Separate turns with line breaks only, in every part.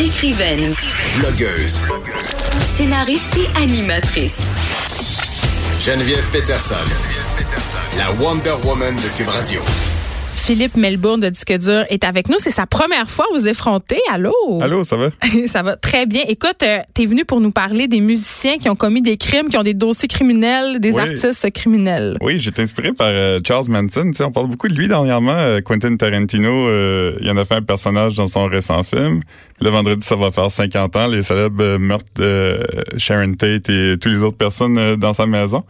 Écrivaine,
Blogueuse.
scénariste et animatrice.
Geneviève Peterson. La Wonder Woman de Cube Radio.
Philippe Melbourne de Disque Dur est avec nous. C'est sa première fois à vous effronter. Allô?
Allô, ça va?
Ça va très bien. Écoute, euh, t'es venu pour nous parler des musiciens qui ont commis des crimes, qui ont des dossiers criminels, des
Oui.
artistes criminels.
Oui, j'étais inspiré par euh, Charles Manson. Tu sais, on parle beaucoup de lui dernièrement. Euh, Quentin Tarantino, euh, il en a fait un personnage dans son récent film. Le vendredi, ça va faire 50 ans, les célèbres euh, meurtres de euh, Sharon Tate et toutes les autres personnes euh, dans sa maison.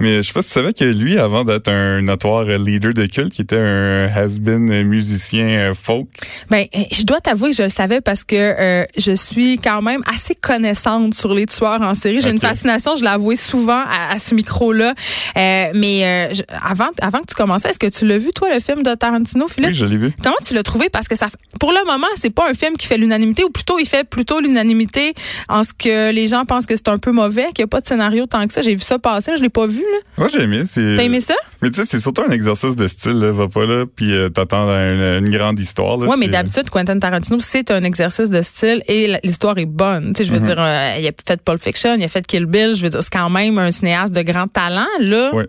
Mais je sais pas si tu savais que lui, avant d'être un notoire euh, leader de culte, qui était un has-been euh, musicien euh, folk.
Ben, euh, je dois t'avouer que je le savais parce que euh, je suis quand même assez connaissante sur les tueurs en série. J'ai une
Ok.
fascination, je l'ai avoué souvent à, à ce micro-là. Euh, mais euh, je- avant, avant que tu commences, est-ce que tu l'as vu, toi, le film de Tarantino, Philippe?
Oui, je l'ai vu.
Comment tu l'as trouvé? Parce que ça, pour le moment, c'est pas un film qui fait l'unanimité, ou plutôt, il fait plutôt l'unanimité en ce que les gens pensent que c'est un peu mauvais, qu'il n'y a pas de scénario tant que ça. J'ai vu ça passer, je l'ai pas vu, là.
Moi, j'ai aimé. c'est-
T'as aimé ça?
Mais tu sais, c'est surtout un exercice de style, là, va pas là, puis euh, t'attends à une, une grande histoire. Là,
Oui, mais
c'est- euh,
d'habitude, Quentin Tarantino, c'est un exercice de style et la- l'histoire est bonne. Tu sais, je
Mhm.
veux dire, euh, il a fait Pulp Fiction, il a fait Kill Bill, je veux dire, c'est quand même un cinéaste de grand talent, là.
Ouais.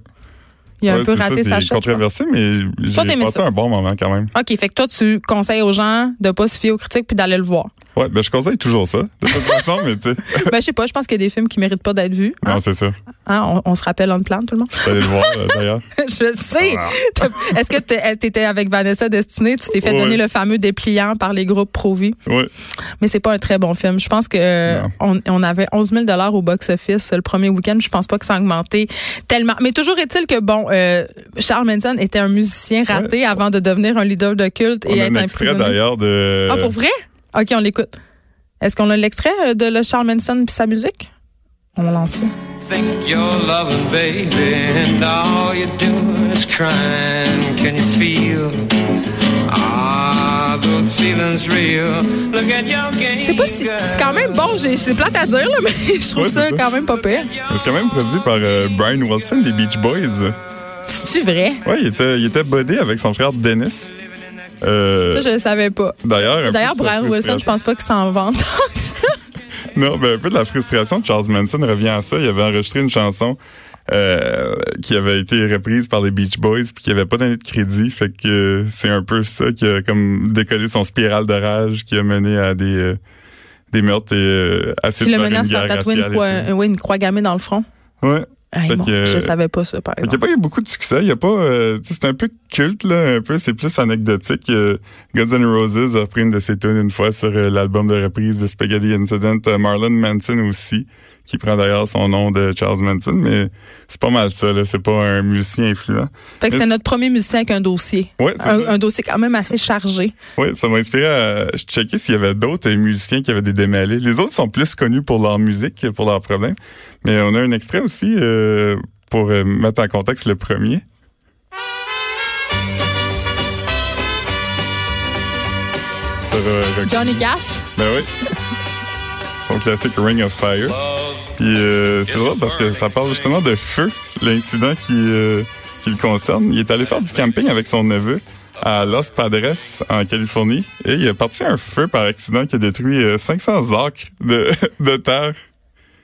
Il a un
Ouais,
peu
c'est ça,
raté
c'est
sa chute. je pense.
controversé, mais
Toi,
j'ai
t'aimais
passé
ça.
un bon moment quand même.
OK, fait que toi, tu conseilles aux gens de pas se fier aux critiques puis d'aller le voir.
Ouais, ben je conseille toujours ça, de toute façon, mais tu sais.
ben, je sais pas, je pense qu'il y a des films qui méritent pas d'être vus. hein.
Non, c'est sûr.
Hein, on, on se rappelle on plan, tout le monde.
Vous allez le voir, euh, d'ailleurs.
je sais.
Ah.
Est-ce que t'es- t'étais avec Vanessa Destinée, tu t'es fait
Ouais.
donner le fameux dépliant par les groupes Provi?
Ouais.
mais c'est pas un très bon film. Je pense que euh, on, on avait 11 000 dollars au box-office euh, le premier week-end. Je pense pas que ça a augmenté tellement. Mais toujours est-il que bon, euh, Charles Manson était un musicien raté avant de devenir un leader de culte
On
et
a
être
un extrait
emprisonné.
d'ailleurs euh, de.
Ah pour vrai Ok, on l'écoute. Est-ce qu'on a l'extrait euh, de le Charles Manson puis sa musique On lance ça.
think you're loving, baby, and all you're doing is crying. Can you feel? Are those feelings real? Look at your game.
C'est pas si, c'est quand même bon. j'ai- C'est plate à dire là, mais je trouve
Ouais,
ça
c'est ça.
quand même pas pire.
C'est quand même produit par euh, Brian Wilson des Beach Boys.
C'est vrai
Ouais, il était, il était buddy avec son frère Dennis. Euh,
Ça je le savais pas.
D'ailleurs, un peu
D'ailleurs,
de sa
Brian Wilson, je
frustration-
pense pas qu'il s'en vante tant que ça.
Non, ben, un peu de la frustration de Charles Manson revient à ça. Il avait enregistré une chanson euh, qui avait été reprise par les Beach Boys puis qui avait pas donné de crédit. Fait que euh, c'est un peu ça qui a comme décollé son spirale de rage qui a mené à des euh, des meurtres et euh, assez
Puis
de
le
faire une
menace de
guerre
tatouer une
raciale et
croix,
tout.
euh, oui, une croix gammée dans le front.
Ouais.
Hey,
Fait
mon,
que,
je savais pas ça, par
Fait qu'il
exemple.
n'y a pas eu beaucoup de succès. Il y a pas, euh, tu sais, c'est un peu culte, là, un peu. C'est plus anecdotique. Euh, Guns N' Roses a repris une de ses tunes une fois sur euh, l'album de reprise de Spaghetti Incident. Euh, Marlon Manson aussi, qui prend d'ailleurs son nom de Charles Manson. Mais c'est pas mal ça, là. C'est pas un musicien influent.
Fait que c'était notre premier musicien avec un dossier.
Ouais, c'est
un,
ça.
un dossier quand même assez chargé.
Oui, ça m'a inspiré à checker s'il y avait d'autres euh, musiciens qui avaient des démêlés. Les autres sont plus connus pour leur musique que pour leurs problèmes. Mais on a un extrait aussi euh, pour euh, mettre en contexte le premier. T'as re- re-
Johnny Cash,
Ben oui. Son classique Ring of Fire. Puis euh, c'est drôle parce que ça parle justement de feu, l'incident qui, euh, qui le concerne. Il est allé faire du camping avec son neveu à Los Padres, en Californie, et il a parti un feu par accident qui a détruit euh, 500 acres de, de terre.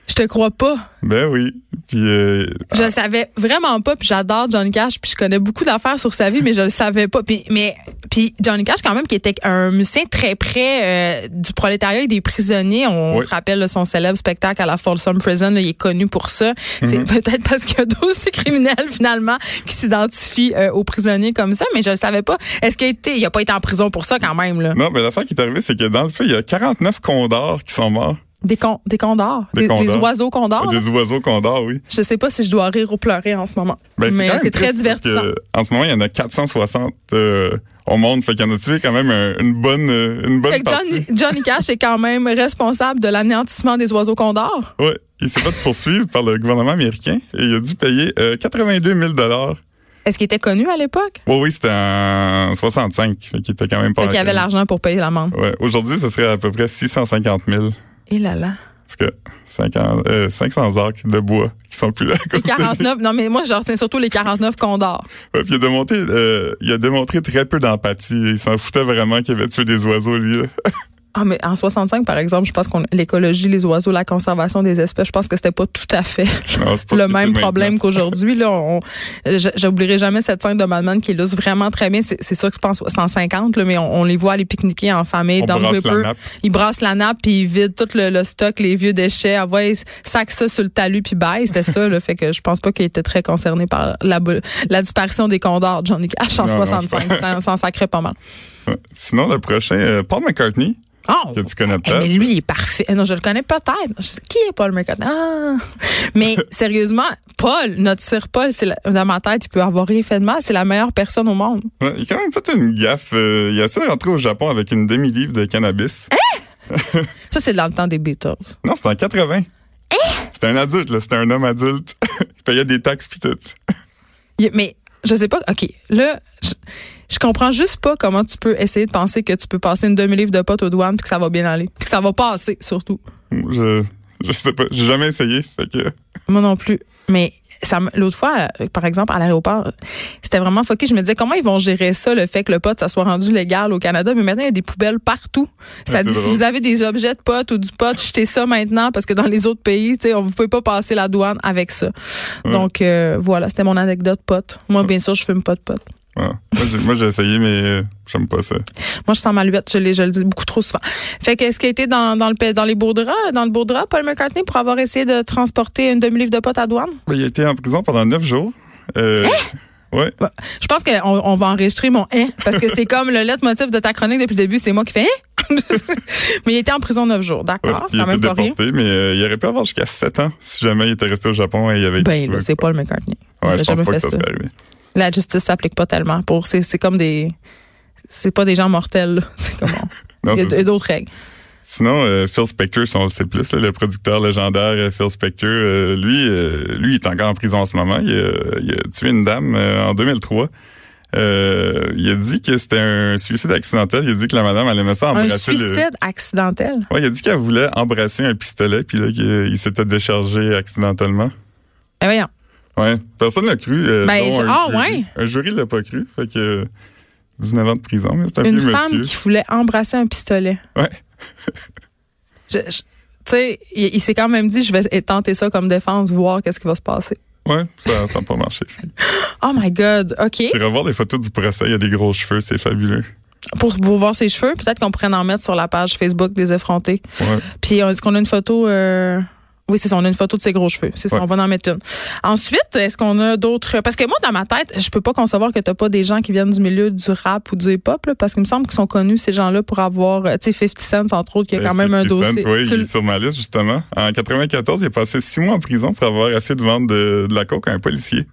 je te crois pas.
Ben oui. Puis euh,
Je le savais vraiment pas, puis j'adore Johnny Cash, puis je connais beaucoup d'affaires sur sa vie, mais je le savais pas. Puis, mais, puis Johnny Cash, quand même, qui était un musicien très près euh, du prolétariat et des prisonniers. On
Oui.
se rappelle là, son célèbre spectacle à la Folsom Prison, là, il est connu pour ça. C'est
Mhm.
peut-être parce qu'il y a un dossier criminel, finalement, qui s'identifie euh, aux prisonniers comme ça, mais je le savais pas. Est-ce qu'il a été, il a pas été en prison pour ça, quand même, là?
non, mais l'affaire qui est arrivée, c'est que dans le feu, il y a 49 condors qui sont morts.
Des, con- des condors.
Des
Des, des
condors.
oiseaux condors. là.
Des oiseaux condors, oui.
Je sais pas si je dois rire ou pleurer en ce moment.
Ben,
mais
quand même
c'est très
triste parce que,
divertissant.
en ce moment, il y en a 460 euh, au monde. Fait qu'il y en a tué quand même un- une bonne, euh, une bonne
Fait que
partie.
Johnny, Johnny Cash est quand même responsable de l'anéantissement des oiseaux condors.
Ouais, il s'est fait poursuivre par le gouvernement américain et il a dû payer euh, 82 000 dollars.
Est-ce qu'il était connu à l'époque?
Oui, oui, c'était en 65, fait qu'il était quand même pas.
Fait qu'il avait l'argent pour payer l'amende.
Ouais. Aujourd'hui, ce serait à peu près 650 000. En
Et là là.
tout cas, 50, euh, 500 arcs de bois qui sont plus là. à
Les
cause de lui.
49, non mais moi je retiens surtout les 49 condors.
Ouais, puis il a, démontré, euh, il a démontré très peu d'empathie. Il s'en foutait vraiment qu'il avait tué des oiseaux, lui. là.
Ah mais en 65 par exemple, je pense qu'on l'écologie, les oiseaux, la conservation des espèces, je pense que c'était pas tout à fait
Non, c'est pas ce
le
que
même
c'est
problème
maintenant.
qu'aujourd'hui là, on je- j'oublierai jamais cette scène de Madman qui illustre vraiment très bien, c'est c'est sûr que c'est pas en 150 là, mais on, on les voit aller pique-niquer en famille
On
dans
brasse
le
la
river.
nappe.
Ils brassent la nappe puis ils vident tout le, le stock, les vieux déchets, ah ouais, ils sacent ça sur le talus puis bye, c'était ça là, fait que je pense pas qu'il était très concerné par la bo- la disparition des condors de Johnny Cash en
Non, non,
65,
c'est
ça s'en sacrait pas mal.
Ouais. Sinon, le prochain, euh, Paul McCartney,
Oh!
que tu connais
Eh, mais
peut-être.
lui, il est parfait. Non, je le connais peut-être. Je sais- Qui est Paul McCartney? Ah. Mais sérieusement, Paul, notre Sir Paul, c'est la- dans ma tête, il peut avoir rien fait de mal. C'est la meilleure personne au monde.
Ouais, il a quand même fait une gaffe. euh, il a essayé de rentrer au Japon avec une demi-livre de cannabis.
Hein? Ça, c'est dans le temps des Beatles.
Non, c'était en 80.
Hein?
C'était un adulte, là. C'était un homme adulte. il payait des taxes pis tout.
Il- Mais je sais pas. OK, là, je, je comprends juste pas comment tu peux essayer de penser que tu peux passer une demi-livre de potes aux douanes puis que ça va bien aller. Puis que ça va passer, surtout.
Je, je sais pas. J'ai jamais essayé. Fait que,
Moi non plus. Mais ça me- l'autre fois, euh, par exemple, à l'aéroport, euh, c'était vraiment foqué. Je me disais comment ils vont gérer ça, le fait que le pot, ça soit rendu légal au Canada. Mais maintenant, il y a des poubelles partout. Ça
c'est
dit, si
drôle.
vous avez des objets de pot ou du pot, jetez ça maintenant parce que dans les autres pays, tu sais, on ne peut pas passer la douane avec ça. Donc, euh, voilà, c'était mon anecdote pot. Moi, bien sûr, je fume pas de pot.
ouais. Moi, j'ai- Moi, j'ai essayé, mais euh, j'aime pas ça.
Moi, je sens ma luette. Je, l'ai- je le dis beaucoup trop souvent. Fait que, est-ce qu'il a été dans, dans, le, pa- dans les beaux draps, dans le beau drap, Paul McCartney, pour avoir essayé de transporter une demi-livre de pot à douane?
Ben, Il a été en prison pendant neuf jours. Euh, ouais.
Bah, Je pense qu'on on va enregistrer mon hein parce que c'est comme le leitmotiv de ta chronique depuis le début, c'est moi qui fais hein. Mais il était en prison neuf jours,
Ouais,
d'accord, Ah, c'est
il a
quand
été
même pas rien.
déporté, mais euh, il aurait pu avoir jusqu'à 7 ans si jamais il était resté au Japon et il avait
Ben là,
Ouais,
c'est Paul McCartney. Il
Ouais,
a
je pense
jamais
pas que
fait
ça
ça.
serait arrivé.
La justice s'applique pas tellement pour c'est c'est comme des c'est pas des gens mortels, là. c'est comme on-
Non,
il y a
c'est
d-
ça.
d'autres règles.
Sinon, euh, Phil Spector, si on le sait plus, là, le producteur légendaire euh, Phil Spector, euh, lui, euh, lui, il est encore en prison en ce moment. Il, a- il a tué une dame euh, en 2003. Euh, il a dit que c'était un suicide accidentel. Il a dit que la euh, madame, elle aimait ça
Un
embrasser
suicide accidentel.
le... Ouais, il a dit qu'elle voulait embrasser un pistolet, puis là, qu'il il s'était déchargé accidentellement.
Ben voyons.
Ouais, personne l'a cru. euh,
Ben,
dont
je-
un
ah,
jury.
ouais?
Un jury l'a pas cru, fait que euh, 19 ans de prison, mais c'est un
Une
vieux
femme
monsieur.
qui voulait embrasser un pistolet.
Ouais.
Je- je- tu sais, il, il s'est quand même dit je vais tenter ça comme défense, voir qu'est-ce qui va se passer.
Ouais, ça n'a pas marché.
Oh my god, OK.
Et revoir des photos du procès, il y a des gros cheveux, c'est fabuleux.
pour, pour voir ses cheveux. Peut-être qu'on pourrait en mettre sur la page Facebook des effrontés.
Ouais.
Puis on- est-ce qu'on a une photo euh, Oui, c'est ça, on a une photo de ses gros cheveux. C'est ça,
Ouais.
on va en mettre une. Ensuite, est-ce qu'on a d'autres Parce que moi, dans ma tête, je peux pas concevoir que t'as pas des gens qui viennent du milieu du rap ou du hip-hop, là, parce qu'il me semble qu'ils sont connus ces gens-là pour avoir, euh, tu sais, 50 Cent entre autres, qui a quand même un
50 Cent,
dossier.
Oui,
Tu
Ben, il
le-
est sur ma liste, justement. En 94, il a passé six mois en prison pour avoir essayé de vendre de, de la coke à un policier.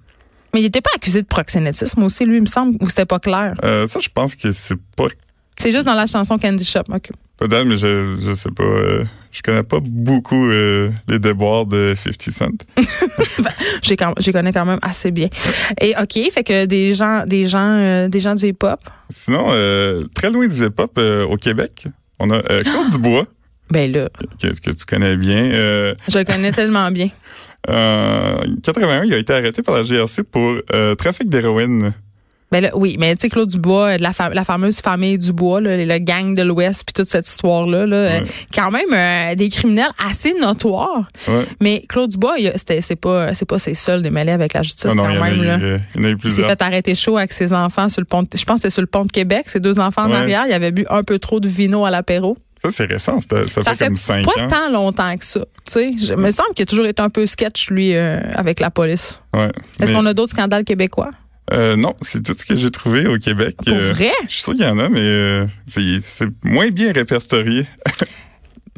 Mais il était pas accusé de proxénétisme aussi, lui, il me semble, ou c'était pas clair.
Euh, ça, je pense que c'est pas...
C'est juste dans la chanson Candy Shop. Ok.
Peut-être, mais je, je sais pas... euh, je connais pas beaucoup euh, les déboires de 50 Cent.
J'ai quand- je les connais quand même assez bien. Et ok, fait que des gens, des gens, euh, des gens du hip-hop.
Sinon, euh, très loin du hip-hop, euh, au Québec, on a euh, Claude Dubois,
Ben là,
que, que tu connais bien. Euh,
je le connais tellement bien.
en 81, il a été arrêté par la GRC pour euh, trafic d'héroïne.
Ben là, oui, mais tu sais, Claude Dubois, euh, de la, fa- la fameuse famille Dubois, là, le gang de l'Ouest, puis toute cette histoire-là, là, euh,
Ouais.
quand même euh, des criminels assez notoires.
Ouais.
Mais Claude Dubois, il a- c'était- c'est pas, c'est pas ses seuls démêlés avec la justice
Ah non,
quand
il y en a
même.
eu,
là.
euh, il y en a eu
Il s'est
plusieurs.
fait arrêter chaud avec ses enfants sur le pont. de- je pense que c'est sur le pont de Québec. Ses deux enfants
Ouais.
en arrière, il avait bu un peu trop de vino à l'apéro.
Ça, c'est récent. c'était- Ça, fait, comme 5
pas
ans.
tant longtemps que ça. Tu sais, je il me semble qu'il a toujours été un peu sketch lui euh, avec la police.
Ouais.
Est-ce
Mais,
qu'on a d'autres scandales québécois
euh, non, c'est tout ce que j'ai trouvé au Québec.
Ah, Pour
Euh,
vrai
Je suis sûr qu'il y en a, mais euh, c'est c'est moins bien répertorié.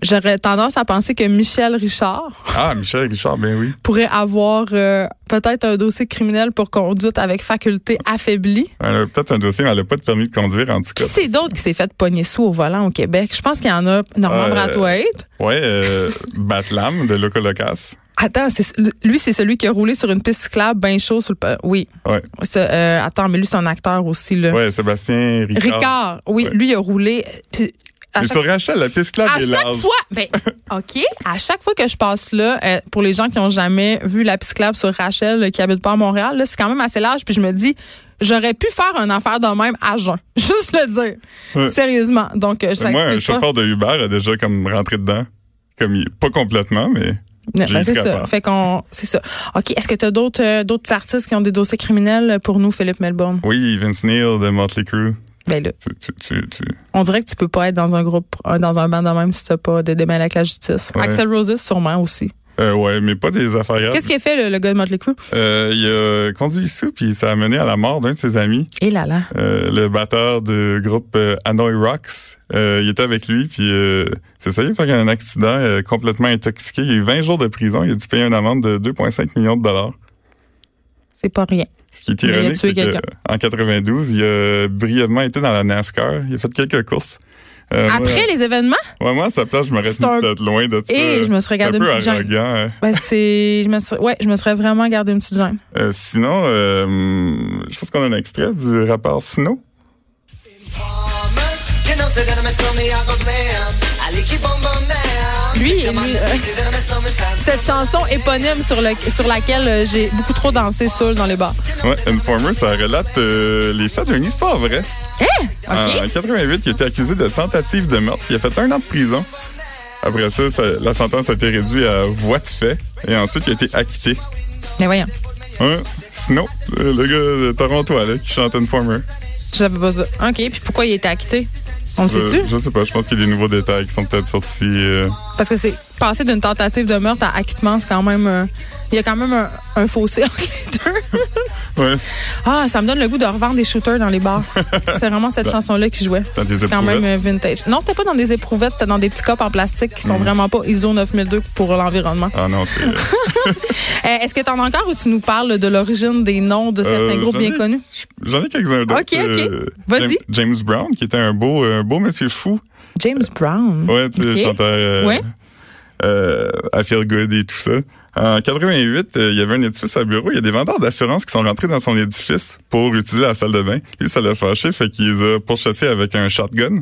J'aurais tendance à penser que Michel Richard
Ah, Michel Richard, ben oui.
pourrait avoir euh, peut-être un dossier criminel pour conduite avec faculté affaiblie.
Elle a peut-être un dossier, mais elle n'a pas de permis de conduire, en tout
Qui
cas.
c'est d'autre qui s'est fait pogner sous au volant au Québec? Je pense qu'il y en a Normand
Euh,
Brathwaite.
Ouais, euh, Batlam de Locolocas.
Attends, c'est- lui, c'est celui qui a roulé sur une piste cyclable bien chaud sur le... pa- Oui.
Ouais.
Ça, euh, attends, mais lui, c'est un acteur aussi, là.
Ouais, Sébastien Ricard.
Ricard, oui,
Ouais.
lui, il a roulé... puis à
Mais
chaque-
sur Rachel, la piste là
À
est
chaque
large.
fois, ben, OK, à chaque fois que je passe là, euh, pour les gens qui n'ont jamais vu la cyclable sur Rachel euh, qui habite pas à Montréal, là, c'est quand même assez large. Puis je me dis, j'aurais pu faire un affaire de même à jeun. Juste le dire.
Ouais.
Sérieusement. Donc, euh, ça
Moi, un
explique pas.
chauffeur de Uber a déjà comme rentré dedans. Comme il- pas complètement, mais.
Non,
j'ai
ben,
été
c'est ça.
capable.
Fait qu'on, c'est ça. OK, est-ce que tu as d'autres, euh, d'autres artistes qui ont des dossiers criminels euh, pour nous, Philippe Melbourne?
Oui, Vince Neil de Motley Crue.
Ben là,
Tu, tu, tu, tu-
on dirait que tu peux pas être dans un groupe, euh, dans un band de même si t'as pas de démêlé avec la justice.
Ouais. Ah.
Axel Roses, sûrement aussi.
Euh, ouais, mais pas des affaires graves.
Qu'est-ce qu'il a fait, le, le gars de Motley Crue?
Euh, il a conduit sous, puis ça a mené à la mort d'un de ses amis,
Et Eh là là.
euh, le batteur du groupe euh, Hanoi Rocks. Euh, il était avec lui, puis euh, c'est ça, il a fait un accident euh, complètement intoxiqué. Il a eu 20 jours de prison, il a dû payer une amende de 2,5 millions de dollars.
C'est pas rien.
Ce qui est
Mais il a
ironique,
tué
c'est que,
quelqu'un.
en 92, il a brièvement été dans la NASCAR. Il a fait quelques courses. Euh,
Après les événements,
moi, ouais, moi, à sa place, je me reste
C'est un-
peut-être loin de ça.
et je me serais
un
gardé une
peu
petite gêne.
arrogant. hein.
Ben, c'est, je me serais, ouais, je me serais vraiment gardé une petite gêne.
Euh, sinon, euh, je pense qu'on a un extrait du rapport Snow.
Lui, lui, euh, cette chanson éponyme sur le, sur laquelle euh, j'ai beaucoup trop dansé seul dans les bars.
Ouais, Informer, ça relate euh, les faits d'une histoire vraie.
OK.
En 88, il était accusé de tentative de meurtre. Il a fait un an de prison. Après ça, ça- la sentence a été réduite à voie de fait. Et ensuite, il a été acquitté.
Mais voyons,
Hein? Snow, le, le gars de Toronto, là, qui chante Informer.
j'avais pas ça. OK, puis pourquoi il était acquitté? On le
Euh,
sait-tu?
je sais pas, je pense qu'il y a des nouveaux détails qui sont peut-être sortis. euh,
Parce que c'est passer d'une tentative de meurtre à acquittement, c'est quand même. euh, Il y a quand même un, un fossé entre les deux.
ouais,
Ah, ça me donne le goût de revendre des shooters dans les bars. c'est vraiment cette chanson-là qui jouait.
Dans des
C'est quand
éprouvettes?
même euh, vintage. Non, c'était pas dans des éprouvettes, c'était dans des petits copes en plastique qui
Mhm.
sont vraiment pas ISO 9002 pour l'environnement.
ah non, c'est.
Euh, Est-ce que t'en as encore ou tu nous parles de l'origine des noms de certains
Euh,
groupes
j'en
bien
ai-
connus?
J'en ai quelques-uns d'autres. euh,
Ok, ok. Vas-y.
James, James Brown, qui était un beau, un beau monsieur fou.
James Brown.
Ouais, tu sais,
Ok.
chanteur. euh,
Ouais.
euh, I Feel Good et tout ça. En 88, euh, il y avait un édifice à bureau. Il y a des vendeurs d'assurance qui sont rentrés dans son édifice pour utiliser la salle de bain. Lui, ça l'a fâché, fait qu'il les a pourchassés avec un shotgun.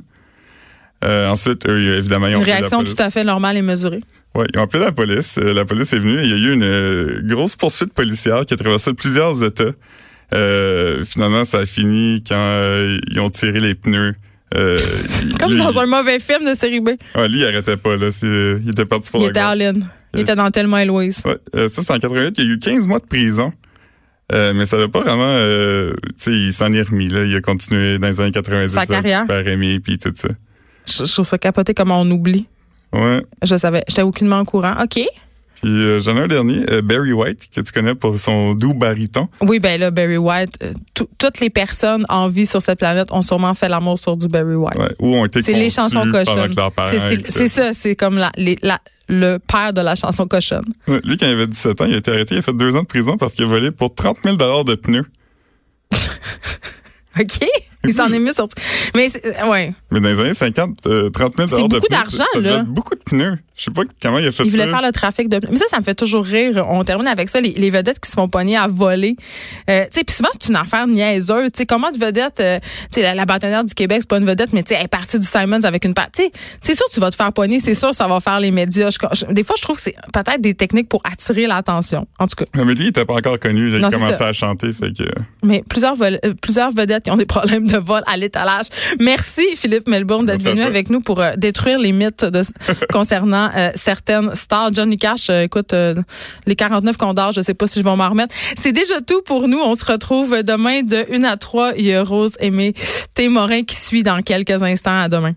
Euh, ensuite, eux, évidemment, ils ont
Une
pris la
réaction
police.
tout à fait normale et mesurée.
Ouais, ils ont appelé la police. Euh, la police est venue et il y a eu une euh, grosse poursuite policière qui a traversé plusieurs États. Euh, finalement, ça a fini quand euh, ils ont tiré les pneus. Euh, il-
Comme
lui,
dans un mauvais film de série B.
ouais, Ah, lui, il arrêtait pas. Là. C'est- Il était parti pour
Il
la
était
gloire.
all-in. Il
Euh,
était dans Tellement et Louise.
Ouais, euh, ça, c'est en 88. Il y a eu 15 mois de prison. Euh, mais ça l'a pas vraiment... Euh, tu sais, il s'en est remis. Là. Il a continué dans les années 90.
Sa
avec
carrière.
Super aimé, puis tout ça.
Je, je trouve ça capoté comment on oublie.
Ouais.
Je savais. J'étais aucunement au courant. OK.
Puis euh, j'en ai un dernier, euh, Barry White, que tu connais pour son doux baryton.
Oui, ben là, Barry White, euh, tout- toutes les personnes en vie sur cette planète ont sûrement fait l'amour sur du Barry White.
Ouais, ou ont été
C'est les chansons
conçus pendant
cochonnes.
que leurs parents
C'est- c'est-
étaient-
C'est ça, c'est comme la, les- la- le père de la chanson cochonne.
Ouais, Lui, quand il avait 17 ans, il a été arrêté. Il a fait deux ans de prison parce qu'il a volé pour 30 000 de pneus.
OK? Il s'en est mis sur. Mais, c'est- ouais.
Mais dans les années 50, euh, 30 000
C'est
de pneus.
beaucoup
ça-
d'argent,
ça devait
là.
être beaucoup de pneus. Je sais pas comment il a fait
Il voulait
ça.
faire le trafic de. Mais ça, ça me fait toujours rire. On termine avec ça, les, les vedettes qui se font pogner à voler. Euh, tu sais, puis souvent, c'est une affaire niaiseuse. Tu sais, comment de vedette. euh, tu sais, la, la bâtonnière du Québec, c'est pas une vedette, mais tu sais, elle est partie du Simons avec une patte. Tu sais, c'est sûr, tu vas te faire pogner. C'est sûr, ça va faire les médias. Je- je- des fois, je trouve que c'est peut-être des techniques pour attirer l'attention. En tout cas.
Non, mais lui, il était pas encore connu. là,
Non,
il
c'est
commençait
ça.
à chanter. Fait que...
Mais plusieurs, vol- euh, plusieurs vedettes qui ont des problèmes de vol à l'étalage. Merci, Philippe Melbourne, d'être
Merci à
venu
toi.
avec nous pour euh, détruire les mythes de- concernant euh, certaines stars. Johnny Cash, euh, écoute, euh, les 49 condors, je sais pas si je vais m'en remettre. C'est déjà tout pour nous. On se retrouve demain de 1 à 3. Il y a Rose Aimée Témorin qui suit dans quelques instants. À demain.